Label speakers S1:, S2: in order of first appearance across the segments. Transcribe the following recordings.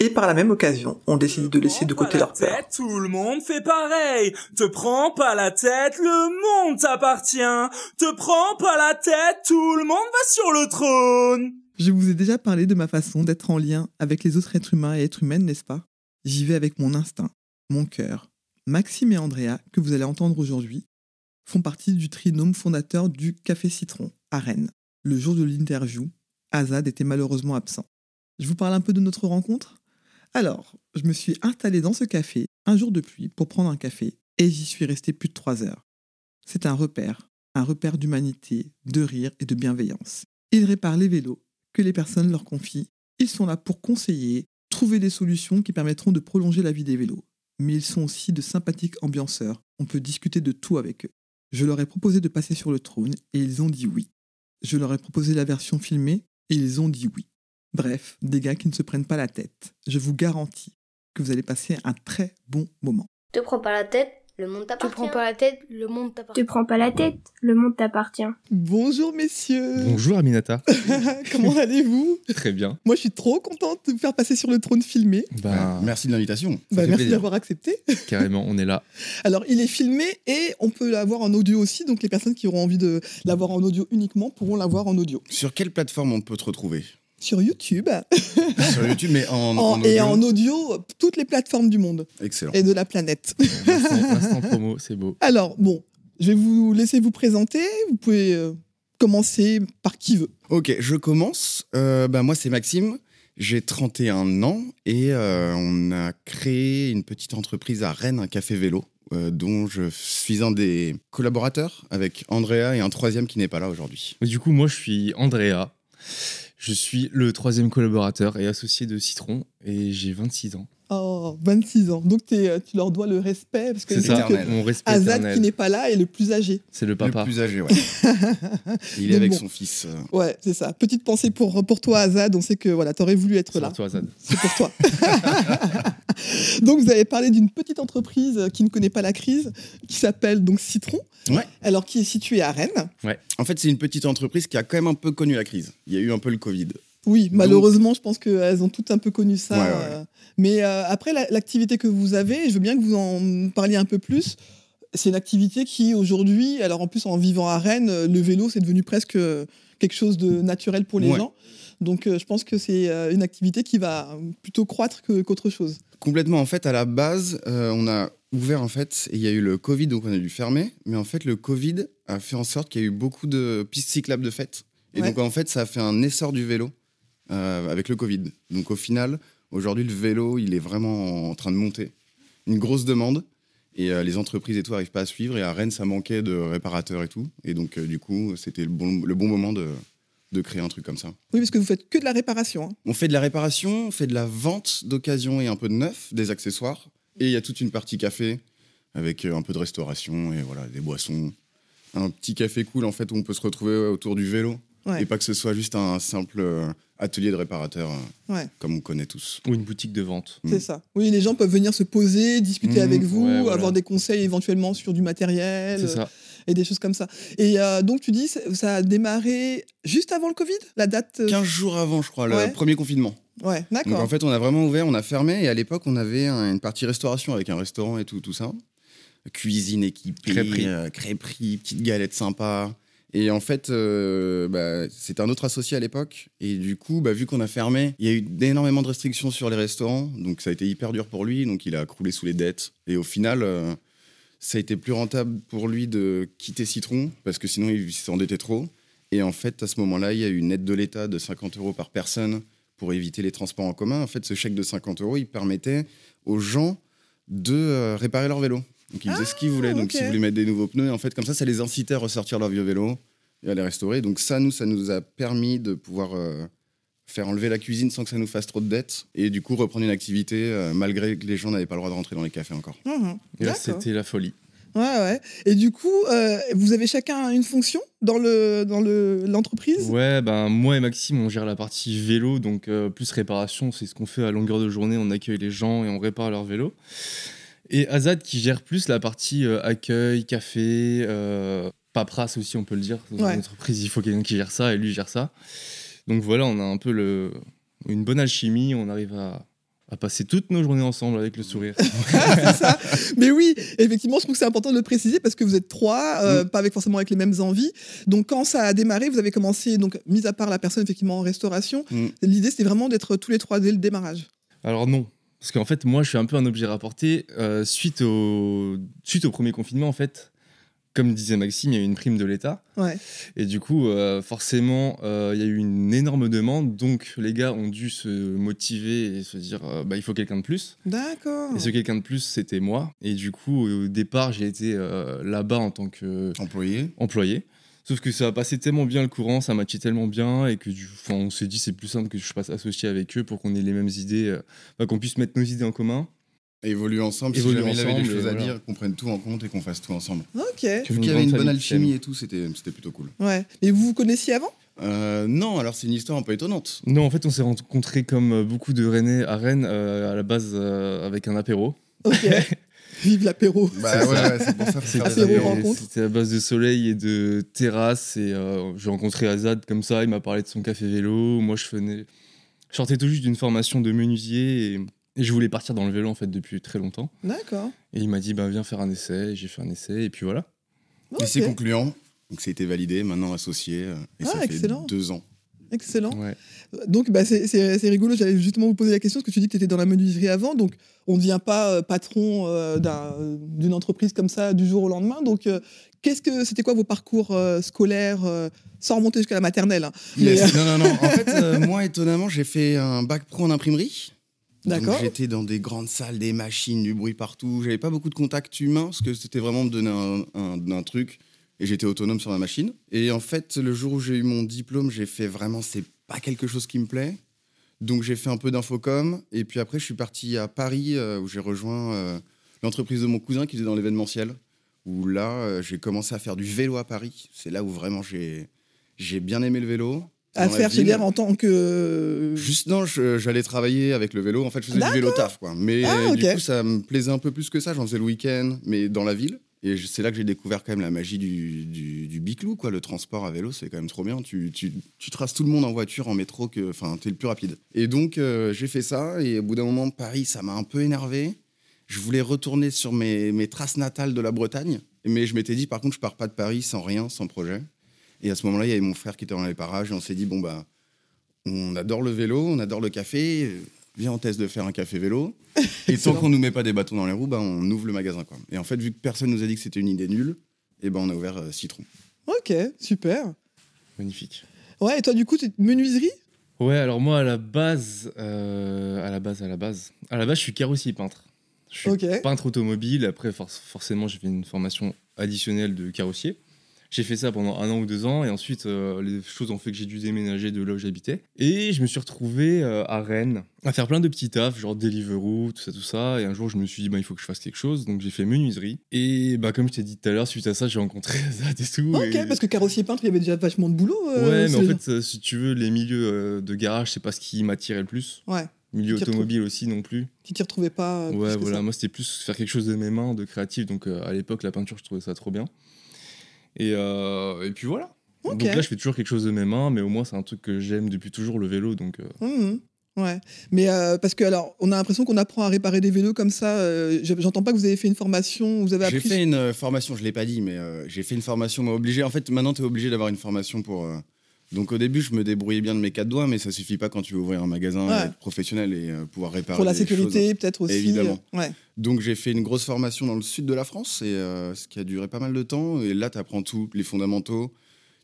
S1: Et par la même occasion, ont décidé de laisser de côté leur peur.
S2: Tête, tout le monde fait pareil. Te prends pas la tête, le monde t'appartient. Te prends pas la tête, tout le monde va sur le trône.
S3: Je vous ai déjà parlé de ma façon d'être en lien avec les autres êtres humains et êtres humaines, n'est-ce pas J'y vais avec mon instinct, mon cœur. Maxime et Andrea, que vous allez entendre aujourd'hui, font partie du trinôme fondateur du Café Citron, à Rennes. Le jour de l'interview, Azad était malheureusement absent. Je vous parle un peu de notre rencontre Alors, je me suis installé dans ce café, un jour de pluie, pour prendre un café, et j'y suis resté plus de trois heures. C'est un repère, un repère d'humanité, de rire et de bienveillance. Ils réparent les vélos que les personnes leur confient. Ils sont là pour conseiller, trouver des solutions qui permettront de prolonger la vie des vélos. Mais ils sont aussi de sympathiques ambianceurs. On peut discuter de tout avec eux. Je leur ai proposé de passer sur le trône et ils ont dit oui. Je leur ai proposé la version filmée et ils ont dit oui. Bref, des gars qui ne se prennent pas la tête. Je vous garantis que vous allez passer un très bon moment.
S4: Te prends pas la tête, le monde
S5: Te
S4: t'appartient.
S5: prends pas la tête, le monde
S6: Te
S5: t'appartient.
S6: prends pas la tête, le monde t'appartient.
S3: Bonjour messieurs
S7: Bonjour Aminata.
S3: Comment allez-vous
S7: Très bien.
S3: Moi je suis trop contente de vous faire passer sur le trône filmé.
S7: Bah,
S8: Merci de l'invitation.
S3: Bah,
S7: fait
S3: merci
S7: plaisir.
S3: d'avoir accepté.
S7: carrément, on est là.
S3: Alors il est filmé et on peut l'avoir en audio aussi, donc les personnes qui auront envie de l'avoir en audio uniquement pourront l'avoir en audio.
S8: Sur quelle plateforme on peut te retrouver
S3: Sur YouTube
S8: Sur YouTube, mais en,
S3: en-
S8: en
S3: et
S8: audio
S3: en audio, toutes les plateformes du monde
S8: Excellent.
S3: et de la planète.
S7: Instant, instant promo, c'est beau.
S3: Alors bon, je vais vous laisser vous présenter, vous pouvez euh, commencer par qui veut.
S8: Ok, je commence. Euh, bah, moi, c'est Maxime. J'ai 31 ans et euh, on a créé une petite entreprise à Rennes, un café vélo, euh, dont je suis un des collaborateurs avec Andrea et un troisième qui n'est pas là aujourd'hui.
S7: Mais Du coup, moi, je suis Andrea. Je suis le troisième collaborateur et associé de Citron et j'ai 26 ans.
S3: Oh, 26 ans. Donc t'es, euh, tu leur dois le respect parce que
S7: C'est ça,
S8: éternel.
S7: mon respect
S3: Azad qui
S7: éternel.
S3: n'est pas là est le plus âgé.
S7: C'est le papa.
S8: Le plus âgé, ouais. Il
S3: Donc
S8: est avec
S3: bon.
S8: son fils. euh,
S3: Ouais, c'est ça. Petite pensée pour, pour toi, Azad. On sait que voilà, t'aurais voulu être
S7: C'est
S3: là.
S7: pour toi, Azad.
S3: C'est pour toi. donc, vous avez parlé d'une petite entreprise euh, qui ne connaît pas la crise, qui s'appelle donc Citron.
S8: Ouais.
S3: Alors, qui est située à Rennes.
S8: En fait, c'est une petite entreprise qui a quand même un peu connu la crise. Il y a eu un peu le Covid.
S3: Oui,
S8: Donc-
S3: malheureusement, je pense qu'elles ont toutes un peu connu ça.
S8: Ouais, ouais, ouais.
S3: euh, Mais euh, après, la- l'activité que vous avez, je veux bien que vous en parliez un peu plus. C'est une activité qui, aujourd'hui, alors en plus, en vivant à Rennes, euh, le vélo, c'est devenu presque euh, quelque chose de naturel pour les
S8: Ouais.
S3: gens. Donc, euh, je pense que c'est euh, une activité qui va euh, plutôt croître que- qu'autre chose.
S8: Complètement. En fait, à la base, euh, on a ouvert en fait, et il y a eu le Covid, donc on a dû fermer. Mais en fait, le Covid a fait en sorte qu'il y a eu beaucoup de pistes cyclables de fête. Et
S3: Ouais.
S8: donc, en fait, ça a fait un essor du vélo euh, avec le Covid. Donc, au final, aujourd'hui, le vélo, il est vraiment en train de monter. Une grosse demande. Et euh, les entreprises et tout n'arrivent pas à suivre. Et à Rennes, ça manquait de réparateurs et tout. Et donc, euh, du coup, c'était le bon, le bon moment de- de créer un truc comme ça.
S3: Oui, parce que vous faites que de la réparation. hein.
S8: On fait de la réparation, on fait de la vente d'occasion et un peu de neuf, des accessoires. Et il y a toute une partie café avec euh, un peu de restauration et voilà, des boissons. Un petit café cool en fait où on peut se retrouver ouais, autour du vélo.
S3: Ouais.
S8: Et pas que ce soit juste un simple euh, atelier de réparateur euh,
S3: Ouais.
S8: comme on connaît tous.
S7: Ou une boutique de vente.
S3: C'est
S8: Mm.
S3: ça. Oui, les gens peuvent venir se poser, discuter
S8: Mm,
S3: avec vous,
S7: ouais, voilà.
S3: avoir des conseils éventuellement sur du matériel
S7: C'est ça.
S3: euh, et des choses comme ça. Et euh, donc, tu dis, ça ça a démarré juste avant le Covid La date euh,
S8: 15 jours avant, je crois, le
S3: Ouais.
S8: premier confinement.
S3: Ouais,
S8: Donc
S3: d'accord.
S8: en fait, on a vraiment ouvert, on a fermé. Et à l'époque, on avait un- une partie restauration avec un restaurant et tout, tout ça. Cuisine équipée,
S7: Crêperie.
S8: euh, crêperie, petite galette sympa. Et en fait, euh, bah, c'était un autre associé à l'époque. Et du coup, bah, vu qu'on a fermé, il y a eu énormément de restrictions sur les restaurants. Donc ça a été hyper dur pour lui. Donc il a croulé sous les dettes. Et au final, euh, ça a été plus rentable pour lui de quitter Citron parce que sinon il s'endettait trop. Et en fait, à ce moment-là, il y a eu une aide de l'État de 50 euros par personne pour éviter les transports en commun. En fait, ce chèque de 50 euros, il permettait aux gens de euh, réparer leur vélo. Donc ils faisaient ce qu'ils voulaient. Donc
S3: ok.
S8: s'ils voulaient mettre des nouveaux pneus, en fait, comme ça, ça les incitait à ressortir leur vieux vélo et à les restaurer. Donc ça, nous, ça nous a permis de pouvoir euh, faire enlever la cuisine sans que ça nous fasse trop de dettes, et du coup reprendre une activité euh, malgré que les gens n'avaient pas le droit de rentrer dans les cafés encore.
S3: Mhm.
S7: Et là,
S3: D'accord.
S7: c'était la folie.
S3: Ouais, ouais. Et du coup, euh, vous avez chacun une fonction dans le dans le l'entreprise.
S7: Ouais, ben moi et Maxime, on gère la partie vélo, donc euh, plus réparation, c'est ce qu'on fait à longueur de journée. On accueille les gens et on répare leur vélo. Et Azad qui gère plus la partie euh, accueil, café, euh, paperasse aussi, on peut le dire. Dans
S3: Ouais.
S7: une entreprise, il faut quelqu'un qui gère ça et lui gère ça. Donc voilà, on a un peu le, une bonne alchimie. On arrive à, à passer toutes nos journées ensemble avec le sourire.
S3: Ah, Mais oui, effectivement, je trouve que c'est important de le préciser parce que vous êtes trois, euh,
S8: Mm.
S3: pas avec forcément avec les mêmes envies. Donc quand ça a démarré, vous avez commencé donc mis à part la personne effectivement en restauration.
S8: Mm.
S3: L'idée c'était vraiment d'être tous les trois dès le démarrage.
S7: Alors non. Parce qu'en fait, moi, je suis un peu un objet rapporté. Euh, suite, au, suite au premier confinement, en fait, comme disait Maxime, il y a eu une prime de l'État.
S3: Ouais.
S7: Et du coup, euh, forcément, euh, il y a eu une énorme demande. Donc, les gars ont dû se motiver et se dire, euh, bah, il faut quelqu'un de plus.
S3: D'accord.
S7: Et ce quelqu'un de plus, c'était moi. Et du coup, au départ, j'ai été euh, là-bas en tant que
S8: Employé.
S7: employé. Sauf que ça a passé tellement bien le courant, ça matchait tellement bien, et que du, enfin, on s'est dit c'est plus simple que je passe associé avec eux pour qu'on ait les mêmes idées, euh, enfin, qu'on puisse mettre nos idées en commun.
S8: Évoluer ensemble,
S7: Évoluer
S8: si jamais il avait des
S7: ensemble,
S8: choses
S7: et
S8: à
S7: voilà.
S8: dire, qu'on prenne tout en compte et qu'on fasse tout ensemble.
S3: Ok.
S8: Vu qu'il y avait une bonne alchimie et tout, c'était c'était plutôt cool.
S3: Ouais. Et vous vous connaissiez avant
S8: Euh, non, alors c'est une histoire un peu étonnante.
S7: Non, en fait, on s'est rencontrés comme euh, beaucoup de Rennais à Rennes, euh, à la base euh, avec un apéro.
S3: Ok. Vive l'apéro.
S8: Bah ouais, ouais, c'est pour ça. faut faire
S7: C'était
S8: des apéros.
S7: c'était à base de soleil et de terrasse, et euh, j'ai rencontré Azad comme ça, il m'a parlé de son café vélo, moi je venais... Je sortais tout juste d'une formation de menuisier, et, et je voulais partir dans le vélo en fait depuis très longtemps.
S3: D'accord.
S7: Et il m'a dit, bah, viens faire un essai, Et j'ai fait un essai, et puis voilà.
S8: Et c'est
S3: Ok.
S8: concluant. Donc ça a été validé, maintenant associé. euh, Et
S3: Ah,
S8: ça fait
S3: excellent.
S8: deux ans.
S3: Excellent.
S7: Ouais.
S3: Donc, bah, c'est- c'est c'est rigolo. J'allais justement vous poser la question parce que tu dis que tu étais dans la menuiserie avant. Donc, on ne devient pas euh, patron euh, d'un- euh, d'une entreprise comme ça du jour au lendemain. Donc, euh, qu'est-ce que c'était quoi vos parcours euh, scolaires euh, sans remonter jusqu'à la maternelle hein.
S8: Mais
S3: Mais, euh,
S8: c'est- non, non, non. En fait, euh, moi, étonnamment, j'ai fait un bac pro en imprimerie. Donc,
S3: D'accord.
S8: J'étais dans des grandes salles, des machines, du bruit partout. J'avais pas beaucoup de contacts humains parce que c'était vraiment me donner un, un- un truc et j'étais autonome sur ma machine. Et en fait, le jour où j'ai eu mon diplôme, j'ai fait vraiment c'est pas quelque chose qui me plaît. Donc j'ai fait un peu d'infocom et puis après je suis parti à Paris euh, où j'ai rejoint euh, l'entreprise de mon cousin qui était dans l'événementiel. Où là euh, j'ai commencé à faire du vélo à Paris. C'est là où vraiment j'ai j'ai bien aimé le vélo.
S3: à
S8: Dans la
S3: faire chez
S8: ville.
S3: l'air en tant que.
S8: Juste non, je- j'allais travailler avec le vélo. En fait, je faisais du vélo taf, quoi. Mais
S3: Ah,
S8: euh,
S3: ok.
S8: du coup, ça me plaisait un peu plus que ça. J'en faisais le week-end, mais dans la ville. Et je- c'est là que j'ai découvert quand même la magie du, du, du biclou, quoi. Le transport à vélo, c'est quand même trop bien. Tu, tu, tu traces tout le monde en voiture, en métro, que, enfin, t'es le plus rapide. Et donc, euh, j'ai fait ça. Et au bout d'un moment, Paris, ça m'a un peu énervé. Je voulais retourner sur mes, mes traces natales de la Bretagne. Mais je m'étais dit, par contre, je pars pas de Paris sans rien, sans projet. Et à ce moment-là, il y avait mon frère qui était dans les parages. Et on s'est dit, bon, bah, on adore le vélo, on adore le café. euh, Viens, on teste de faire un café vélo. Et tant qu'on nous met pas des bâtons dans les roues, bah, on ouvre le magasin. Quoi. Et en fait, vu que personne nous a dit que c'était une idée nulle, et ben on a ouvert euh, Citron.
S3: Ok, super.
S7: Magnifique.
S3: Ouais, et toi, du coup, t'es menuiserie
S7: Ouais, alors moi à la base, euh, à la base, à la base, à la base, je suis carrossier peintre. Je suis
S3: Ok.
S7: peintre automobile. Après, for- forcément, j'ai fait une formation additionnelle de carrossier. J'ai fait ça pendant un an ou deux ans, et ensuite, euh, les choses ont fait que j'ai dû déménager de là où j'habitais. Et je me suis retrouvé euh, à Rennes à faire plein de petits tafs, genre Deliveroo, tout ça, tout ça. Et un jour, je me suis dit, bah, il faut que je fasse quelque chose. Donc, j'ai fait menuiserie. Et bah, comme je t'ai dit tout à l'heure, suite à ça, j'ai rencontré Azad et tout.
S3: Ok,
S7: et-
S3: parce que carrossier peintre, il y avait déjà vachement de boulot. euh,
S7: Ouais, mais en
S3: c'est-
S7: fait, euh, si tu veux, les milieux euh, de garage, c'est pas ce qui m'attirait le plus.
S3: Ouais.
S7: Milieu
S3: Tu t'y
S7: automobile aussi non plus.
S3: Tu t'y retrouvais pas. euh, plus
S7: ouais,
S3: que
S7: voilà.
S3: ça.
S7: Moi, c'était plus faire quelque chose de mes mains, de créatif. Donc, euh, à l'époque, la peinture, je trouvais ça trop bien. Et, euh, et puis voilà.
S3: Ok.
S7: Donc là, je fais toujours quelque chose de mes mains, mais au moins, c'est un truc que j'aime depuis toujours, le vélo. Donc, euh,
S3: Mhm. Ouais, mais euh, parce que alors, on a l'impression qu'on apprend à réparer des vélos comme ça. euh, je- J'entends pas que vous avez fait une formation, vous avez
S8: J'ai
S3: appris.
S8: fait une euh, formation, je l'ai pas dit, mais euh, j'ai fait une formation, moi, obligé. En fait, maintenant, tu es obligé d'avoir une formation pour. euh, Donc, au début, je me débrouillais bien de mes quatre doigts, mais ça suffit pas quand tu veux ouvrir un magasin
S3: Ouais.
S8: et être professionnel et euh, pouvoir réparer.
S3: pour la
S8: des
S3: sécurité,
S8: choses.
S3: peut-être aussi.
S8: Évidemment.
S3: euh, Ouais.
S8: Donc j'ai fait une grosse formation dans le sud de la France, et, euh, ce qui a duré pas mal de temps. Et là, tu apprends tout, les fondamentaux.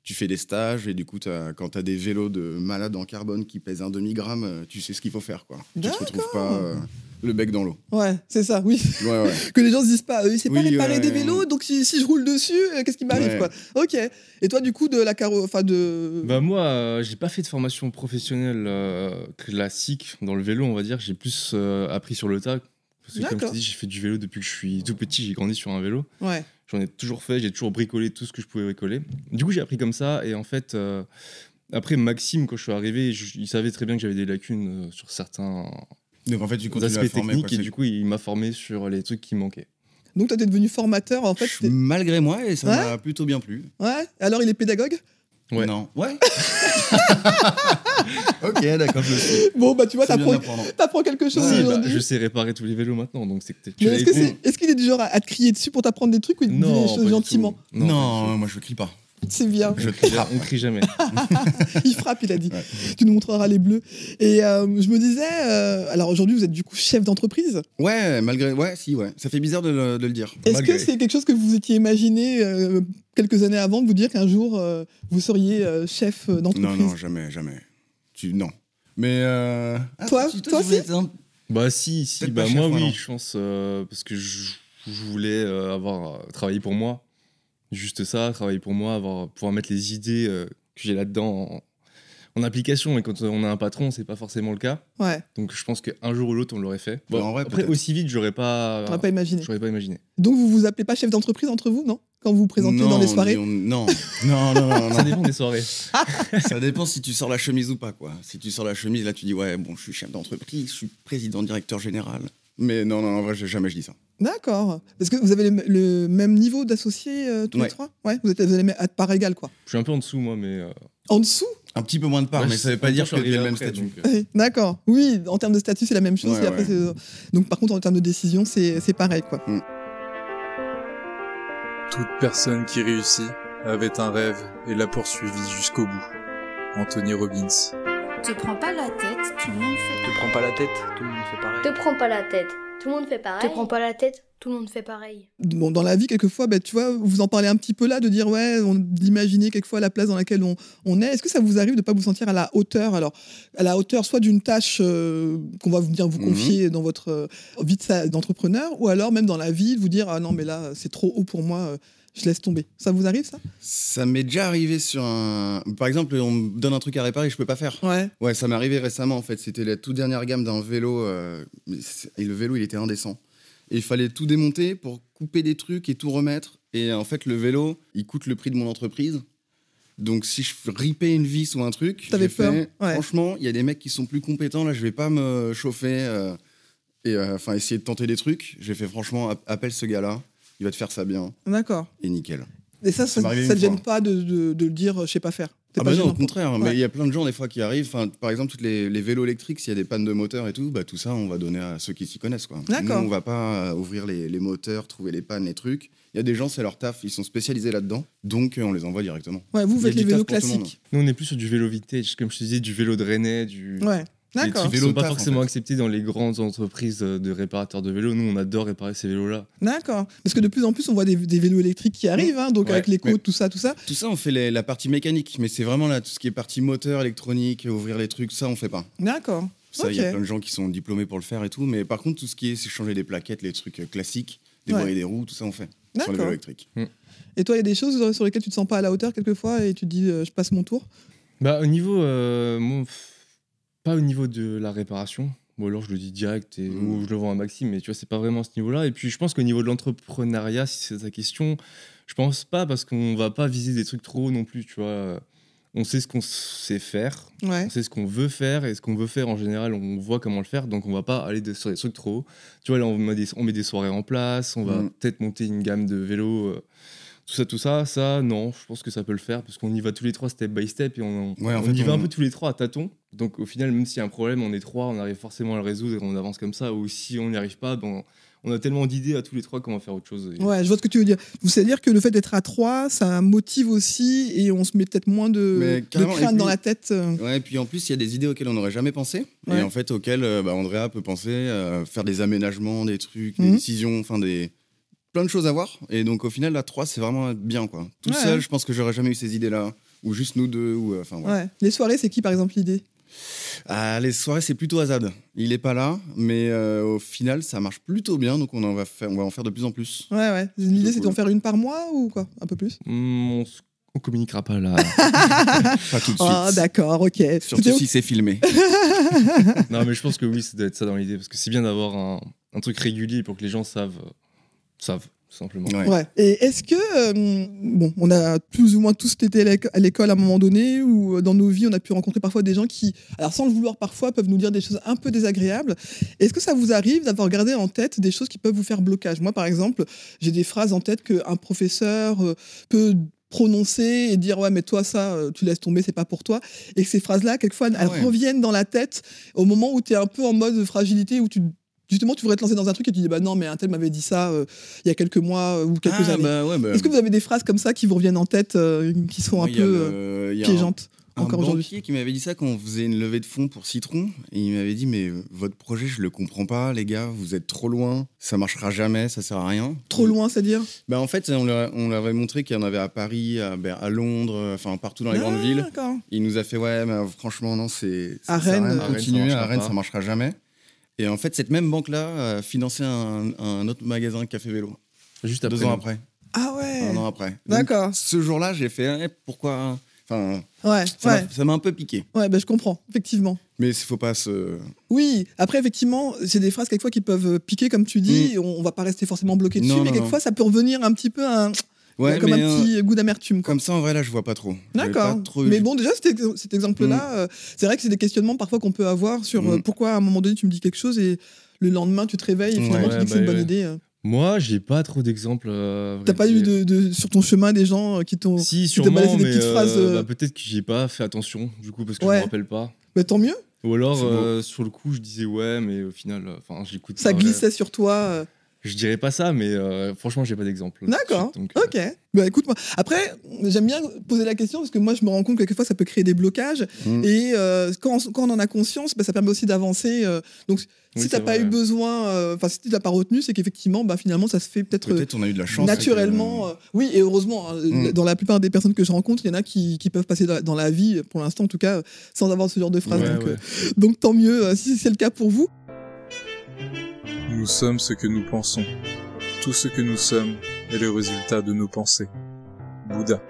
S8: Tu fais des stages, et du coup, t'as- quand tu as des vélos de malades en carbone qui pèsent un demi-gramme, euh, tu sais ce qu'il faut faire. Quoi. Tu te retrouves pas euh, le bec dans l'eau.
S3: Ouais, c'est ça, oui.
S8: Ouais, ouais.
S3: que les gens se disent pas, euh, il sait pas
S8: Oui,
S3: réparer
S8: ouais,
S3: des
S8: ouais,
S3: vélos, donc si, si je roule dessus, euh, qu'est-ce qui m'arrive
S8: Ouais.
S3: quoi Ok. Et toi, du coup, de la carreau, enfin de.
S7: Bah moi, euh, j'ai pas fait de formation professionnelle euh, classique dans le vélo, on va dire. J'ai plus euh, appris sur le tas. Parce que comme je
S3: D'accord.
S7: te dis, j'ai fait du vélo depuis que je suis tout petit. J'ai grandi sur un vélo.
S3: Ouais.
S7: J'en ai toujours fait. J'ai toujours bricolé tout ce que je pouvais bricoler. Du coup, j'ai appris comme ça. Et en fait, euh, après Maxime, quand je suis arrivé, je- il savait très bien que j'avais des lacunes euh, sur certains
S8: Donc en fait, tu continues à
S7: aspects
S8: former,
S7: techniques.
S8: quoi,
S7: Et
S8: c'est-
S7: du coup, il m'a formé sur les trucs qui manquaient.
S3: Donc toi, t'es devenu formateur en fait. t'es-
S8: Malgré moi, et ça
S3: Ouais.
S8: m'a plutôt bien plu.
S3: Ouais. Alors, il est pédagogue.
S7: Ouais.
S8: Non. Ouais. ok, d'accord, je le sais.
S3: Bon, bah tu vois,
S8: C'est bien
S3: t'apprends,
S8: d'apprendre.
S3: t'apprends quelque chose
S7: Si, bah,
S3: Ah, aujourd'hui.
S7: je sais réparer tous les vélos maintenant, donc c'est que t'es- tu
S3: Mais
S7: l'as
S3: est-ce que
S7: été.
S3: c'est- est-ce qu'il est du genre à, à te crier dessus pour t'apprendre des trucs ou il te dit
S7: Non,
S3: les
S7: pas du
S3: choses
S7: tout.
S3: gentiment
S8: Non,
S7: pas du
S8: moi je crie pas.
S3: C'est bien.
S8: Je
S7: tout.
S8: crie.
S7: On crie jamais.
S3: il frappe, il a dit.
S8: Ouais.
S3: Tu nous montreras les bleus. Et euh, je me disais, euh, alors aujourd'hui, vous êtes du coup chef d'entreprise.
S8: Ouais, malgré. Ouais, si, ouais. Ça fait bizarre de le, de le dire.
S3: Est-ce
S7: Malgré.
S3: que c'est quelque chose que vous étiez imaginé euh, quelques années avant de vous dire qu'un jour euh, vous seriez euh, chef euh,
S8: Non,
S3: d'entreprise
S8: non, jamais, jamais. Tu. Non. Mais. Euh... ah,
S3: Toi-
S8: si,
S3: toi
S8: tu voulais être un-
S7: Bah si, si,
S8: Peut-être
S7: bah
S8: pas
S7: moi
S8: chef,
S7: oui,
S8: non.
S7: je pense euh, parce que je, je voulais euh, avoir euh, travaillé pour moi, juste ça, travailler pour moi, avoir pouvoir mettre les idées euh, que j'ai là-dedans en, en application. Et quand euh, on a un patron, c'est pas forcément le cas.
S3: Ouais,
S7: Donc je pense qu'un jour ou l'autre, on l'aurait fait.
S8: Bah, en vrai,
S7: après
S8: peut-être.
S7: aussi vite, j'aurais pas,
S3: t'aurais pas imaginé.
S8: Ah.
S7: j'aurais pas imaginé.
S3: Donc vous vous appelez pas chef d'entreprise entre vous, non Quand vous vous présentez
S8: Non,
S3: dans les
S8: on
S3: soirées
S8: dit- on- Non, non, non, non, non.
S7: Ça dépend des soirées.
S8: Ça dépend si tu sors la chemise ou pas, quoi. Si tu sors la chemise, là, tu dis, ouais, bon, je suis chef d'entreprise, je suis président, directeur général. Mais non, non, en vrai, j'ai- jamais je dis ça.
S3: D'accord. Parce que vous avez le, le même niveau d'associés euh, tous les
S8: Ouais.
S3: trois Ouais, vous êtes, vous êtes à part égale, quoi.
S7: Je suis un peu en dessous moi, mais euh,
S3: En dessous
S8: Un petit peu moins de part,
S7: ouais,
S8: Ah, mais ça veut
S7: en
S8: pas
S7: même
S8: dire
S7: temps, je
S8: que tu
S7: suis
S8: le
S7: arrivé
S8: même
S7: après,
S8: statut.
S7: donc, euh,
S3: Oui, D'accord. Oui, en termes de statut, c'est la même chose.
S8: Ouais,
S3: et après,
S8: ouais.
S3: c'est- Donc, par contre, en termes de décision, c'est c'est pareil, quoi.
S9: Toute personne qui réussit avait un rêve et l'a poursuivi jusqu'au bout. Anthony Robbins.
S6: Te prends pas la tête, tout le monde fait.
S10: Te prends pas la tête, tout le monde fait pareil.
S5: Te prends pas la tête. Tout le monde fait pareil.
S11: Te prends
S5: pas la tête. Tout le monde fait pareil.
S3: Bon, dans la vie, quelquefois, bah, tu vois, vous en parlez un petit peu là, de dire, ouais, on- d'imaginer quelquefois la place dans laquelle on, on est. Est-ce que ça vous arrive de pas vous sentir à la hauteur Alors, à la hauteur soit d'une tâche euh, qu'on va vous dire vous
S8: Mhm.
S3: confier dans votre euh, vie de sa- d'entrepreneur, ou alors même dans la vie, de vous dire, ah non, mais là, c'est trop haut pour moi, euh, je laisse tomber. Ça vous arrive, ça
S8: Ça m'est déjà arrivé sur un. Par exemple, on me donne un truc à réparer, je peux pas faire.
S3: Ouais.
S8: Ouais, ça m'est arrivé récemment en fait. C'était la toute dernière gamme d'un vélo. euh, mais c'est- et le vélo, il était indécent. Et il fallait tout démonter pour couper des trucs et tout remettre. Et en fait, le vélo, il coûte le prix de mon entreprise. Donc si je ripais une vis ou un truc,
S3: T'avais
S8: j'ai fait,
S3: peur, ouais.
S8: franchement, il y a des mecs qui sont plus compétents. Là, je vais pas me chauffer euh, et euh, enfin essayer de tenter des trucs. J'ai fait franchement, app- appelle ce gars-là. Il va te faire ça bien
S3: D'accord.
S8: et nickel.
S3: Et ça, ça
S8: Ça m'est arrivé
S3: ne te
S8: une
S3: gêne
S8: fois.
S3: pas de, de- de le dire, euh, je sais pas faire. T'es
S8: Ah
S3: pas
S8: bah non,
S3: gênant
S8: au
S3: pour-
S8: contraire. Mais
S3: Ouais.
S8: il y a plein de gens des fois qui arrivent. Enfin, par exemple, toutes les, les vélos électriques, s'il y a des pannes de moteur et tout, bah tout ça, on va donner à ceux qui s'y connaissent. Quoi.
S3: D'accord.
S8: Nous, on va pas euh, ouvrir les, les moteurs, trouver les pannes, les trucs. Il y a des gens, c'est leur taf, ils sont spécialisés là-dedans, donc euh, on les envoie directement.
S3: Ouais, vous
S8: Il y a
S3: faites les
S8: du
S3: vélos
S8: taf pour tout le monde.
S3: classiques.
S7: nous on est plus sur du vélo vintage, comme je te disais, du vélo drainé, du
S3: Ouais.
S7: des
S3: D'accord.
S7: trucs qui
S8: Vélo
S7: sont pas
S8: taf, en
S7: forcément
S8: fait.
S7: acceptés dans les grandes entreprises euh, de réparateurs de vélos. Nous on adore réparer ces vélos là.
S3: D'accord. Parce que de plus en plus, on voit des, des vélos électriques qui arrivent, hein, donc
S7: Ouais,
S3: avec les
S8: Mm. mais-
S3: côtes, tout ça, tout ça.
S8: Tout ça, on fait les- la partie mécanique, mais c'est vraiment là tout ce qui est partie moteur, électronique, ouvrir les trucs, ça on fait pas.
S3: D'accord.
S8: Ça, il y a
S3: Ok.
S8: plein de gens qui sont diplômés pour le faire et tout, mais par contre tout ce qui est c'est changer des plaquettes, les trucs euh, classiques, des
S3: Ouais.
S8: voies et des roues, tout ça on fait sur les
S3: D'accord.
S8: vélos électriques.
S3: Et toi, il y a des choses euh, sur lesquelles tu te sens pas à la hauteur quelquefois et tu te dis, euh, je passe mon tour.
S7: Bah, au niveau. euh, moi, pff, pas au niveau de la réparation. Ou alors je le dis direct et,
S8: Mm.
S7: ou je le vends à Maxime, mais tu vois, c'est pas vraiment à ce niveau-là. Et puis je pense qu'au niveau de l'entrepreneuriat, si c'est ta question, je pense pas parce qu'on va pas viser des trucs trop hauts non plus, tu vois. On sait ce qu'on sait faire,
S3: Ouais.
S7: on sait ce qu'on veut faire et ce qu'on veut faire en général, on voit comment le faire, donc on va pas aller de- sur des trucs trop hauts. Tu vois, là, on met des, on met des soirées en place, on va
S8: Mm.
S7: peut-être monter une gamme de vélos, euh, tout ça, tout ça. Ça, non, je pense que ça peut le faire parce qu'on y va tous les trois step by step et on, on-
S8: Ouais, en
S7: on
S8: fait,
S7: y va
S8: on-
S7: un peu tous les trois à tâtons. Donc au final, même s'il y a un problème, on est trois, on arrive forcément à le résoudre et on avance comme ça. Ou si on n'y arrive pas, ben, on a tellement d'idées à tous les trois qu'on va faire autre chose. Et-
S3: Ouais, je vois ce que tu veux dire. Vous savez dire que le fait d'être à trois, ça motive aussi et on se met peut-être moins
S8: Mais
S3: de, de
S8: carrément, et
S3: crainte
S8: puis-
S3: dans la tête. euh.
S8: Ouais, et puis en plus, il y a des idées auxquelles on n'aurait jamais pensé,
S3: Ouais.
S8: et en fait auxquelles euh, bah, Andrea peut penser, euh, faire des aménagements, des trucs, des
S3: Mhm.
S8: décisions, enfin des plein de choses à voir. Et donc au final, la 3, c'est vraiment bien quoi. Tout
S3: Ouais.
S8: seul, je pense que j'aurais jamais eu ces idées-là, ou juste nous deux, ou euh, enfin voilà.
S3: Ouais. Les soirées, c'est qui par exemple l'idée
S8: Ah, les soirées, c'est plutôt Azad. Il est pas là, mais euh, au final, ça marche plutôt bien, donc on, en va, faire, on va en faire de plus en plus.
S3: Ouais, ouais. L'idée, c'est d'en faire une par mois ou quoi Un peu plus
S7: Hmm, on, s- on communiquera pas là.
S8: Pas tout de suite.
S3: Ah, d'accord, ok.
S8: Surtout
S3: C'était-
S8: si c'est filmé.
S7: non, mais je pense que oui, ça doit être ça dans l'idée, parce que c'est bien d'avoir un, un truc régulier pour que les gens savent, euh, savent tout simplement.
S8: Ouais.
S3: Ouais. Et est-ce que, euh, bon, on a plus ou moins tous été à l'éco- à l'école à un moment donné, ou euh, dans nos vies, on a pu rencontrer parfois des gens qui, alors sans le vouloir parfois, peuvent nous dire des choses un peu désagréables. Est-ce que ça vous arrive d'avoir gardé en tête des choses qui peuvent vous faire blocage Moi, par exemple, j'ai des phrases en tête qu'un professeur euh, peut prononcer et dire ouais mais toi ça euh, tu laisses tomber c'est pas pour toi et que ces phrases là quelquefois elles
S8: Ah ouais.
S3: reviennent dans la tête au moment où tu es un peu en mode fragilité où tu justement tu voudrais te lancer dans un truc et tu dis bah non mais un tel m'avait dit ça euh, il y a quelques mois euh, ou quelques
S8: ah,
S3: années
S8: bah ouais, bah,
S3: est-ce que vous avez des phrases comme ça qui vous reviennent en tête, euh, qui sont un
S8: moi, il y a
S3: peu euh,
S8: le- il y a un-
S3: piégeantes
S8: un
S3: encore aujourd'hui
S8: banquier qui m'avait dit ça quand on faisait une levée de fonds pour Citron. Et il m'avait dit, mais euh, votre projet, je le comprends pas, les gars, vous êtes trop loin, ça marchera jamais, ça sert à rien.
S3: Trop loin, c'est-à-dire
S8: Bah, en fait, on l'a- on l'avait montré qu'il y en avait à Paris, à, Ber- à Londres, euh, enfin partout dans les grandes villes.
S3: D'accord.
S8: Il nous a fait, ouais, mais euh, franchement, non, c'est.
S3: Ah. À
S8: ça sert
S3: Rennes,
S8: rien de
S3: euh,
S8: continuer,
S7: ça
S8: à Rennes,
S7: marchera
S8: ça
S7: pas.
S8: marchera jamais. Et en fait, cette même banque-là a financé un, un autre magasin Café Vélo,
S7: Juste après.
S8: deux ans après,
S3: Ah ouais
S8: un an après. Donc,
S3: D'accord.
S8: Ce jour-là, j'ai fait, eh, pourquoi. Enfin,
S3: Ouais,
S8: ça m'a-
S3: ouais,
S8: ça m'a un peu piqué.
S3: ouais bah, je comprends, effectivement.
S8: Mais il faut pas se.
S3: Oui, après, effectivement, c'est des phrases quelquefois qui peuvent euh, piquer, comme tu dis, et on, on va pas rester forcément bloqué dessus,
S8: Mm. Non,
S3: mais
S8: non,
S3: quelquefois, ça peut revenir un petit peu à un-
S8: Ouais,
S3: comme un
S8: mais, euh,
S3: petit goût d'amertume. quoi.
S8: comme ça, en vrai, là, je vois pas trop. Je vais
S3: D'accord.
S8: pas trop-
S3: Mais bon, déjà, cet, ex- cet exemple-là, euh, c'est vrai que c'est des questionnements parfois qu'on peut avoir sur euh,
S8: Mm.
S3: pourquoi à un moment donné tu me dis quelque chose et le lendemain tu te réveilles et finalement
S8: Ouais,
S3: tu dis que c'est
S7: bah,
S3: une bonne
S7: ouais.
S3: idée. euh.
S7: Moi, j'ai pas trop d'exemples. euh, à vrai
S3: T'as pas eu
S7: dire.
S3: de, de- sur ton chemin des gens euh, qui t'ont.
S7: Si,
S3: t'as balancé
S7: sûrement,
S3: des
S7: mais
S3: petites
S7: euh,
S3: phrases, euh,
S7: bah, peut-être que j'ai pas fait attention, du coup, parce que
S3: Ouais.
S7: je me rappelle pas.
S3: Bah, tant mieux,
S7: Ou alors,
S8: C'est beau.
S7: euh, sur le coup, je disais ouais, mais au final, euh, enfin, j'écoute.
S3: ça
S7: pas, ouais.
S3: glissait sur toi. euh,
S7: Je dirais pas ça, mais euh, franchement, j'ai pas d'exemple.
S3: D'accord.
S7: Donc, euh,
S3: Ok. Bah écoute moi. Après, j'aime bien poser la question parce que moi je me rends compte que quelquefois ça peut créer des blocages
S8: Mm.
S3: et euh, quand, on- quand on en a conscience, bah, ça permet aussi d'avancer. euh, donc
S7: Oui,
S3: si
S7: c'est
S3: t'as pas
S7: vrai.
S3: eu besoin, euh, enfin si tu l'as pas retenu, c'est qu'effectivement, bah finalement ça se fait peut-être. euh,
S8: Peut-être on a eu de la chance.
S3: naturellement.
S8: avec,
S3: euh, oui, et heureusement, hein,
S8: Mm.
S3: dans la plupart des personnes que je rencontre, il y en a qui, qui peuvent passer dans, dans la vie, pour l'instant en tout cas, sans avoir ce genre de phrase.
S7: ouais,
S3: donc,
S7: ouais.
S3: euh, donc tant mieux euh, si c'est le cas pour vous.
S9: Nous sommes ce que nous pensons. Tout ce que nous sommes est le résultat de nos pensées. Bouddha.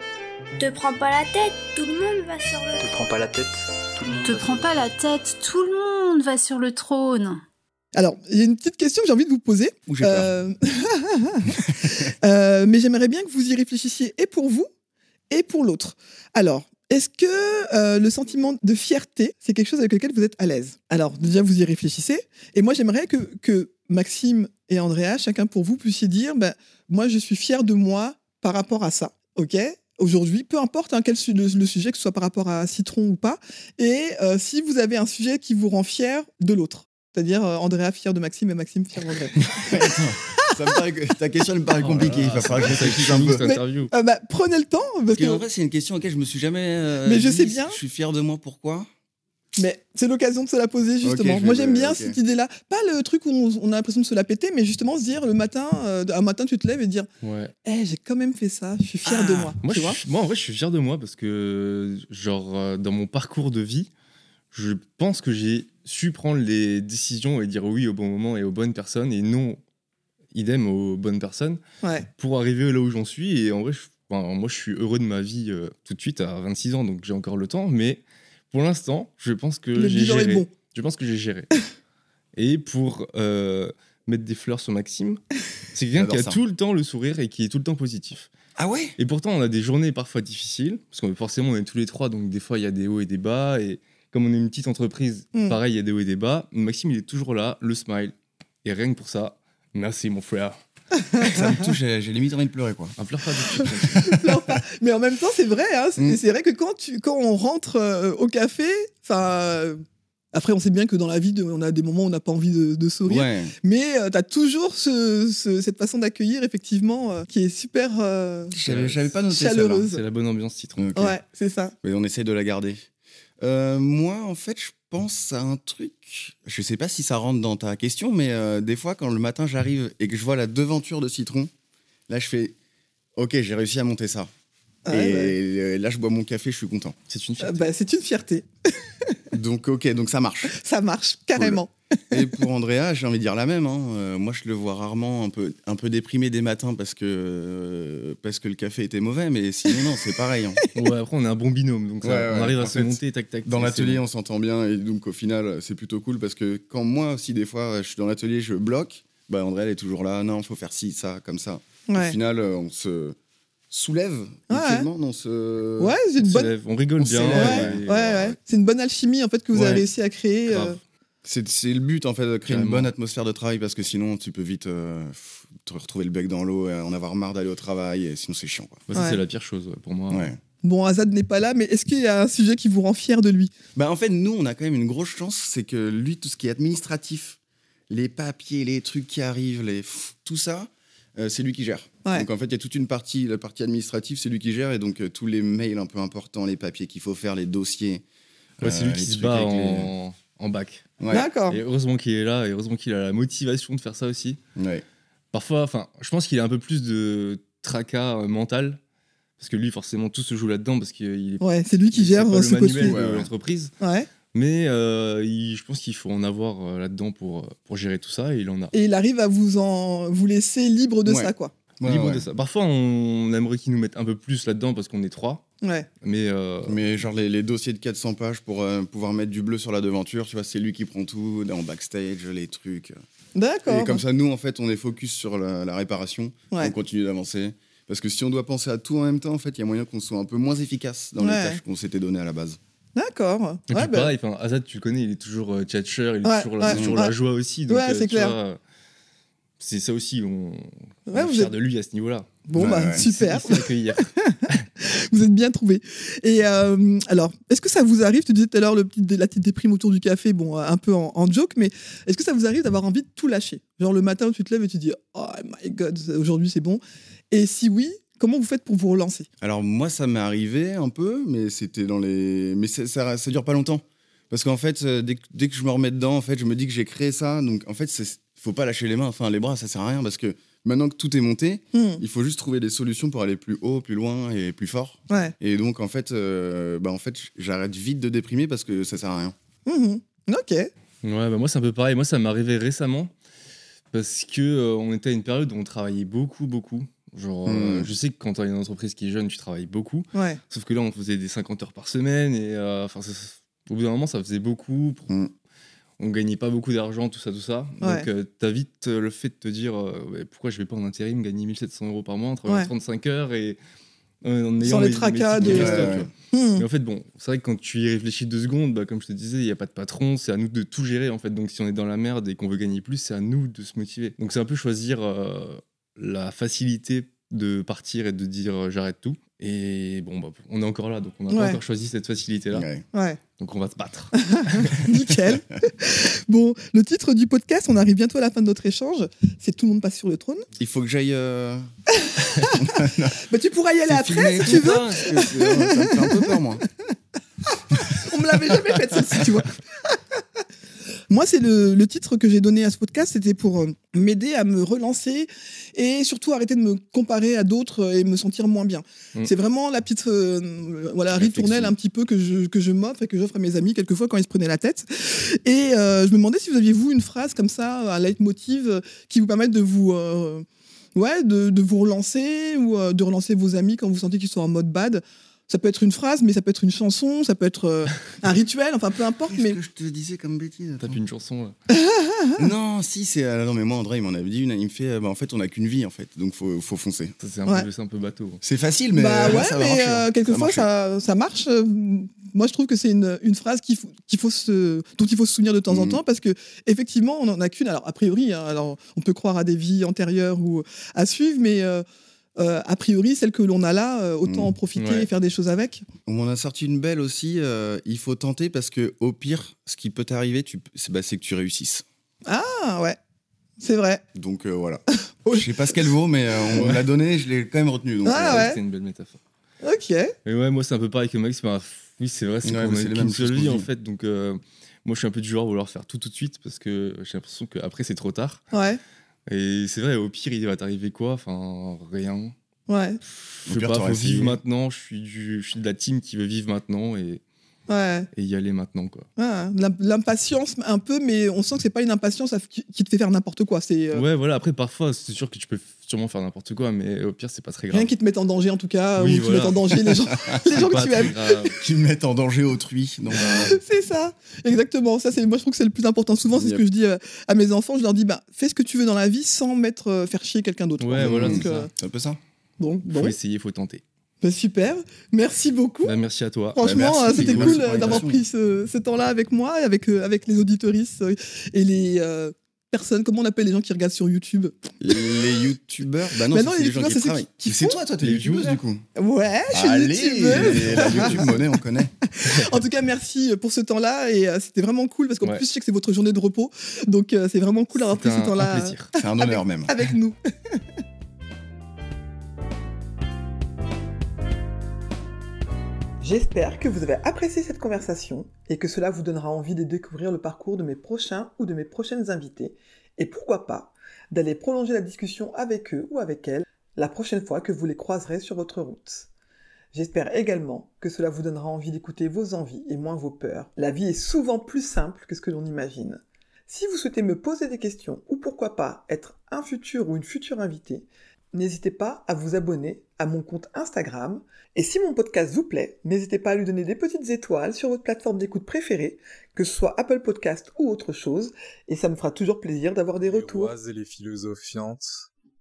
S11: Te prends pas la tête, tout le monde va sur le
S10: Te prends pas la tête, tout le monde
S6: Te
S10: va se-
S6: prends pas la tête, tout le monde va sur le trône.
S3: Alors, il y a une petite question que j'ai envie de vous poser.
S8: euh, où j'ai peur.
S3: Euh, euh, mais j'aimerais bien que vous y réfléchissiez et pour vous et pour l'autre. Alors, est-ce que euh, le sentiment de fierté, c'est quelque chose avec lequel vous êtes à l'aise Alors, déjà, vous y réfléchissez. Et moi, j'aimerais que, que Maxime et Andrea, chacun pour vous, puissiez dire bah, Moi, je suis fier de moi par rapport à ça. OK Aujourd'hui, peu importe hein, quel su- le, le sujet, que ce soit par rapport à Citron ou pas. Et euh, si vous avez un sujet qui vous rend fier de l'autre. C'est-à-dire euh, Andrea fier de Maxime et Maxime fier d'Andrea.
S8: Ça me paraît que- ta question elle me paraît
S7: Oh là
S8: compliquée.
S7: là,
S8: Il va falloir que je
S7: ça
S8: réfléchisse
S7: finit
S8: un peu.
S7: cette interview.
S3: Euh, bah, prenez le temps, parce
S8: Parce qu'en
S3: que,
S8: vrai, c'est une question à laquelle je me suis jamais. euh,
S3: Mais je
S8: dit,
S3: sais bien.
S8: Je suis fier de moi. Pourquoi
S3: mais c'est l'occasion de se la poser justement.
S8: je vais
S3: Moi j'aime
S8: le-
S3: bien
S8: ok.
S3: cette idée-là, pas le truc où on, on a l'impression de se la péter, mais justement se dire le matin, euh, un matin tu te lèves et dire,
S7: Ouais.
S3: eh j'ai quand même fait ça, je suis fier
S8: Ah,
S3: de moi.
S7: Moi,
S3: tu
S7: je
S3: vois
S7: suis- moi, en vrai, je suis fier de moi parce que, genre, euh, dans mon parcours de vie, je pense que j'ai su prendre les décisions et dire oui au bon moment et aux bonnes personnes et non, idem aux bonnes personnes
S3: Ouais.
S7: pour arriver là où j'en suis. Et en vrai, je- enfin, moi, je suis heureux de ma vie euh, tout de suite à 26 ans, donc j'ai encore le temps. Mais pour l'instant, je pense que
S3: le
S7: j'ai
S3: bilan
S7: géré.
S3: est bon.
S7: Je pense que j'ai géré. et pour euh, mettre des fleurs sur Maxime, c'est quelqu'un qui a
S8: J'adore ça.
S7: tout le temps le sourire et qui est tout le temps positif.
S8: Ah ouais
S7: Et pourtant, on a des journées parfois difficiles, parce que forcément, on est tous les trois, donc des fois, il y a des hauts et des bas. Et comme on est une petite entreprise,
S3: Mm.
S7: pareil, il y a des hauts et des bas. Maxime, il est toujours là, le smile. Et rien que pour ça, merci mon frère.
S8: Ça me touche. J'ai j'ai limite envie de pleurer quoi.
S7: Un pleure pas de pute.
S3: Non, pas- mais en même temps c'est vrai, hein, c'est,
S8: Mm.
S3: c'est vrai que quand, tu, quand on rentre euh, au café, enfin... euh, après, on sait bien que dans la vie, de- on a des moments où on n'a pas envie de, de sourire.
S8: Ouais.
S3: Mais tu as toujours ce- ce- cette façon d'accueillir, effectivement, euh, qui est super. euh,
S8: J'avais j'avais pas noté
S3: Chaleureuse.
S7: C'est la bonne ambiance citron.
S8: celle-là. Ok.
S3: Ouais, c'est ça.
S8: Mais on essaye de la garder. Euh, moi, en fait, je pense à un truc. Je sais pas si ça rentre dans ta question, mais euh, des fois, quand le matin j'arrive et que je vois la devanture de citron, là, je fais Ok, j'ai réussi à monter ça.
S3: Ah
S8: et
S3: ouais, ouais.
S8: euh, là, je bois mon café, je suis content.
S7: C'est une
S3: Euh,
S7: fierté.
S3: bah, c'est une fierté.
S8: Donc, ok, donc ça marche.
S3: Ça marche, carrément.
S8: Cool. Et pour Andrea, j'ai envie de dire la même. hein. Euh, moi, je le vois rarement un peu, un peu déprimé des matins parce que, euh, parce que le café était mauvais, mais sinon, non, c'est pareil. hein.
S7: Ouais, après, on a un bon binôme, donc ça,
S8: Ouais, ouais,
S7: on arrive à
S8: en
S7: se
S8: fait,
S7: monter, tac, tac.
S8: Dans
S7: c'est-
S8: l'atelier,
S7: c'est-
S8: on s'entend bien et donc au final, c'est plutôt cool parce que quand moi aussi, des fois, je suis dans l'atelier, je bloque, bah André, elle est toujours là. Non, faut faire ci, ça, comme ça. Au
S3: Ouais.
S8: final, euh, on se soulève.
S3: Ouais.
S8: mutuellement, on se.
S3: Ouais, c'est une
S7: on
S3: bonne.
S7: s'élève, on rigole
S8: on
S7: bien.
S8: s'élève,
S7: et-
S3: Ouais, ouais. C'est une bonne alchimie en fait que vous
S8: Ouais.
S3: avez réussi à créer. euh,
S7: Grave.
S8: C'est c'est le but en fait, de créer une
S7: Carrément.
S8: bonne atmosphère de travail parce que sinon tu peux vite euh, pff, te retrouver le bec dans l'eau et en avoir marre d'aller au travail et sinon c'est chiant quoi.
S7: Bah, ça,
S3: Ouais.
S7: c'est la pire chose ouais, pour moi.
S8: Ouais.
S3: Bon, Azad n'est pas là, mais est-ce qu'il y a un sujet qui vous rend fier de lui
S8: Bah en fait nous on a quand même une grosse chance, c'est que lui tout ce qui est administratif, les papiers, les trucs qui arrivent, les pff, tout ça, euh, c'est lui qui gère.
S3: Ouais.
S8: Donc en fait il y a toute une partie, la partie administrative c'est lui qui gère et donc euh, tous les mails un peu importants, les papiers qu'il faut faire, les dossiers.
S7: Ouais, c'est
S8: euh,
S7: lui
S8: les
S7: qui se
S8: trucs
S7: bat
S8: avec
S7: en, en bac.
S8: les- Ouais.
S3: D'accord.
S7: Et heureusement qu'il est là, et heureusement qu'il a la motivation de faire ça aussi.
S8: Ouais.
S7: Parfois, enfin, je pense qu'il a un peu plus de tracas euh, mental, parce que lui, forcément, tout se joue là-dedans, parce qu'il est
S3: Ouais, c'est lui qui
S7: c'est
S3: gère
S7: pas
S3: euh,
S7: le
S3: ce
S7: manuel
S3: côté.
S8: Ouais,
S7: de
S8: ouais.
S7: l'entreprise.
S3: Ouais.
S7: Mais euh, il- je pense qu'il faut en avoir euh, là-dedans pour, euh, pour gérer tout ça, et il en a.
S3: Et il arrive à vous en vous laisser libre de
S8: Ouais.
S3: ça, quoi.
S8: Ouais,
S7: Libre
S8: ouais.
S7: de ça. Parfois, on aimerait qu'il nous mette un peu plus là-dedans, parce qu'on est trois,
S3: Ouais.
S7: mais... euh,
S8: Mais genre les, les dossiers de 400 pages pour euh, pouvoir mettre du bleu sur la devanture, tu vois, c'est lui qui prend tout en backstage, les trucs.
S3: D'accord.
S8: Et comme ça, nous, en fait, on est focus sur la, la réparation,
S3: Ouais.
S8: on continue d'avancer. Parce que si on doit penser à tout en même temps, en fait, il y a moyen qu'on soit un peu moins efficace dans les
S3: Ouais.
S8: tâches qu'on s'était données à la base.
S3: D'accord.
S7: Et
S3: Ouais,
S7: puis
S3: bah,
S7: pareil, enfin, Azad, tu le connais, il est toujours euh, tchatcheur, il est
S3: Ouais,
S7: toujours, la,
S3: ouais,
S7: toujours la
S3: ouais.
S7: joie aussi. Donc,
S3: Ouais,
S7: euh,
S3: c'est
S7: tu
S3: clair.
S7: vois, euh, C'est ça aussi, on, on
S3: Ouais,
S7: est
S3: vous
S7: fiers
S3: êtes-
S7: de lui à ce niveau-là.
S3: Bon,
S8: Ouais,
S3: bah,
S8: ouais.
S3: super.
S7: Il sait accueillir.
S3: Vous êtes bien trouvé. Et euh, alors, est-ce que ça vous arrive, tu disais tout à l'heure le petit- la petite déprime autour du café, bon, euh, un peu en, en joke, mais est-ce que ça vous arrive d'avoir envie de tout lâcher Genre le matin, tu te lèves et tu dis Oh my god, aujourd'hui c'est bon. Et si oui, comment vous faites pour vous relancer
S8: Alors moi, ça m'est arrivé un peu, mais c'était dans les, mais c'est- ça, ça dure pas longtemps. Parce qu'en fait, euh, dès, que- dès que je me remets dedans, en fait, je me dis que j'ai créé ça. Donc en fait, c'est faut pas lâcher les mains, enfin les bras, ça sert à rien parce que maintenant que tout est monté,
S3: Hmm,
S8: il faut juste trouver des solutions pour aller plus haut, plus loin et plus fort.
S3: Ouais.
S8: Et donc, en fait, euh, bah, en fait j'arrête vite de déprimer parce que ça sert à rien.
S3: Mhm. Ok.
S7: Ouais, bah, moi, c'est un peu pareil. Moi, ça m'est arrivé récemment parce que euh, on était à une période où on travaillait beaucoup, beaucoup. Genre, euh,
S8: Hmm.
S7: je sais que quand t'as une entreprise qui est jeune, tu travailles beaucoup.
S3: Ouais.
S7: Sauf que là, on faisait des 50 heures par semaine et euh, enfin, ça- au bout d'un moment, ça faisait beaucoup. Pour-
S8: Mm.
S7: On gagnait pas beaucoup d'argent, tout ça, tout ça.
S3: Hmm. Ouais.
S7: Donc, euh, t'as vite euh, le fait de te dire euh, Ouais, pourquoi je vais pas en intérim gagner 1700 euros par mois en travaillant
S3: Ouais.
S7: 35 heures et euh, en ayant
S3: Sans les
S7: mes- mes
S3: tracas
S7: tickets
S3: de-
S7: resto, tu
S8: Ouais,
S7: vois.
S8: ouais.
S3: Hmm.
S7: Mais en fait, bon, c'est vrai que quand tu y réfléchis deux secondes, bah, comme je te disais, il n'y a pas de patron, c'est à nous de tout gérer en fait. Donc si on est dans la merde et qu'on veut gagner plus, c'est à nous de se motiver. Donc c'est un peu choisir euh, la facilité de partir et de dire euh, j'arrête tout. Et bon, bah, on est encore là, donc on n'a
S3: Ouais.
S7: pas encore choisi cette facilité-là.
S8: Ouais.
S3: Ouais.
S7: Donc on va se battre.
S3: Nickel. bon, le titre du podcast, on arrive bientôt à la fin de notre échange. C'est Tout le monde passe sur le trône.
S8: Il faut que j'aille. euh,
S3: Bah, tu pourras y aller
S8: c'est
S3: après
S8: filmé
S3: si tu
S8: tout
S3: veux.
S8: ça, parce que c'est- Ça me fait un peu peur, moi.
S3: On me l'avait jamais fait celle-ci, tu vois. Moi, c'est le, le titre que j'ai donné à ce podcast, c'était pour euh, m'aider à me relancer et surtout arrêter de me comparer à d'autres euh, et me sentir moins bien.
S7: Mm.
S3: C'est vraiment la petite euh, voilà, ritournelle un petit peu que je, que je m'offre et que j'offre à mes amis quelquefois quand ils se prenaient la tête. Et euh, je me demandais si vous aviez, vous, une phrase comme ça, un leitmotiv euh, qui vous permette de vous... euh, ouais, de, de vous relancer ou euh, de relancer vos amis quand vous sentez qu'ils sont en mode bad. Ça peut être une phrase, mais ça peut être une chanson, ça peut être euh, un rituel, enfin peu importe.
S8: Qu'est-ce
S3: Mais
S8: que je te disais comme bêtise
S7: Tape une chanson. là.
S8: Non, si, c'est. ah, non, mais moi, André, il m'en avait dit une. Il me fait. euh, bah, en fait, on n'a qu'une vie, en fait. Donc, faut, faut foncer.
S7: Ça, c'est un,
S3: Ouais.
S7: peu- c'est un peu bateau. hein.
S8: C'est facile, mais.
S3: bah
S8: euh,
S3: ouais,
S8: ça va
S3: mais
S8: marcher,
S3: euh,
S8: hein.
S3: quelquefois
S8: Ça va marcher.
S3: ça, ça marche. Euh, Moi, je trouve que c'est une, une phrase qu'il faut, qu'il faut se, dont il faut se souvenir de temps en
S8: Mhm.
S3: temps parce que effectivement, on n'en a qu'une. Alors a priori, hein, alors on peut croire à des vies antérieures ou à suivre, mais euh, euh, a priori, celle que l'on a là, euh, autant
S8: Mhm.
S3: en profiter
S7: Ouais.
S3: et faire des choses avec.
S8: On m'en a sorti une belle aussi. euh, il faut tenter parce que, au pire, ce qui peut t'arriver, tu... c'est bah, c'est que tu réussisses.
S3: Ah ouais, c'est vrai.
S8: Donc, euh, voilà.
S3: Oui.
S8: Je sais pas ce qu'elle vaut, mais euh, on me l'a donnée, je l'ai quand même retenue. donc,
S3: Ah
S8: euh,
S3: ouais.
S7: C'est une belle métaphore.
S3: Ok.
S7: Mais ouais, moi, c'est un peu pareil que Max. bah, pff, oui, c'est vrai, c'est
S8: Ouais,
S7: qu'on
S8: mais
S7: a
S8: c'est les
S7: qu'une
S8: mêmes
S7: seule
S8: choses qu'on
S7: vie,
S8: se
S7: en
S8: dit.
S7: fait. Donc, euh, moi, je suis un peu du genre à vouloir faire tout tout de suite parce que j'ai l'impression qu'après, c'est trop tard.
S3: Ouais.
S7: Et c'est vrai, au pire, il va t'arriver quoi Enfin, rien.
S3: Ouais.
S7: Je
S8: Au
S7: sais
S8: pire,
S7: pas,
S8: t'auras
S7: faut
S8: essayé.
S7: vivre maintenant. Je suis, du, je suis de la team qui veut vivre maintenant. Et
S3: Ouais.
S7: et y aller maintenant quoi.
S3: Ouais, Ah, l'im- l'impatience un peu, mais on sent que c'est pas une impatience à f- qui qui te fait faire n'importe quoi. C'est euh,
S7: Ouais, voilà. Après, parfois, c'est sûr que tu peux sûrement faire n'importe quoi, mais au pire, c'est pas très grave. Ah,
S3: rien qui te mette en danger en tout cas, ou
S7: Oui,
S3: qui
S7: voilà.
S3: mette en danger les gens, les gens que tu aimes.
S8: Qui mettent en danger autrui. Non, bah,
S3: C'est ça, exactement. Ça, c'est moi je trouve que c'est le plus important. Souvent, c'est ce
S8: Yep.
S3: que je dis euh, à mes enfants. Je leur dis, bah, fais ce que tu veux dans la vie sans mettre euh, faire chier quelqu'un d'autre.
S7: Ouais,
S3: quoi.
S7: voilà,
S3: Donc,
S7: c'est
S3: euh,
S7: ça.
S8: hmm, c'est un peu ça.
S3: bon, bon,
S7: Faut essayer, faut tenter.
S3: Bah, super. Merci beaucoup.
S7: Bah, merci à toi.
S3: Franchement,
S8: merci,
S3: euh, c'était
S8: merci
S3: cool
S8: pour
S3: euh, d'avoir
S8: l'invitation.
S3: pris ce, ce temps-là avec moi, et avec euh, avec les auditoristes euh, et les euh, personnes. Comment on appelle les gens qui regardent sur YouTube
S8: Les youtubeurs Bah non,
S3: Bah
S8: ça,
S3: non,
S8: c'est
S3: les
S8: les gens
S3: youtubeurs,
S8: qui
S3: c'est ceux
S8: travaillent.
S3: qui- qui
S8: C'est
S3: font.
S8: toi, toi, t'es
S7: Les
S8: youtubeuse du coup.
S3: Ouais, je suis youtubeuse.
S8: Allez, la YouTube monnaie, on connaît.
S3: En tout cas, merci pour ce temps-là et euh, c'était vraiment cool parce qu'en
S7: Ouais.
S3: plus, je sais que c'est votre journée de repos, donc euh, c'est vraiment cool d'avoir
S7: C'était
S3: pris ce
S7: un, un
S3: temps-là euh,
S7: plaisir.
S8: C'est un honneur même.
S3: avec nous.
S1: J'espère que vous avez apprécié cette conversation et que cela vous donnera envie de découvrir le parcours de mes prochains ou de mes prochaines invités et pourquoi pas d'aller prolonger la discussion avec eux ou avec elles la prochaine fois que vous les croiserez sur votre route. J'espère également que cela vous donnera envie d'écouter vos envies et moins vos peurs. La vie est souvent plus simple que ce que l'on imagine. Si vous souhaitez me poser des questions ou pourquoi pas être un futur ou une future invitée, n'hésitez pas à vous abonner à mon compte Instagram et si mon podcast vous plaît, n'hésitez pas à lui donner des petites étoiles sur votre plateforme d'écoute préférée, que ce soit Apple Podcast ou autre chose, et ça me fera toujours plaisir d'avoir des
S9: les
S1: retours.
S9: rois et les philosophiantes,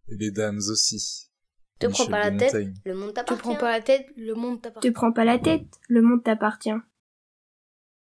S9: et les dames aussi.
S5: Te prends
S9: Michel
S5: pas
S9: de
S5: la tête,
S9: Montaigne.
S5: le monde Te t'appartient. prends pas la tête, le monde t'appartient.
S11: Te prends pas la tête, le monde t'appartient.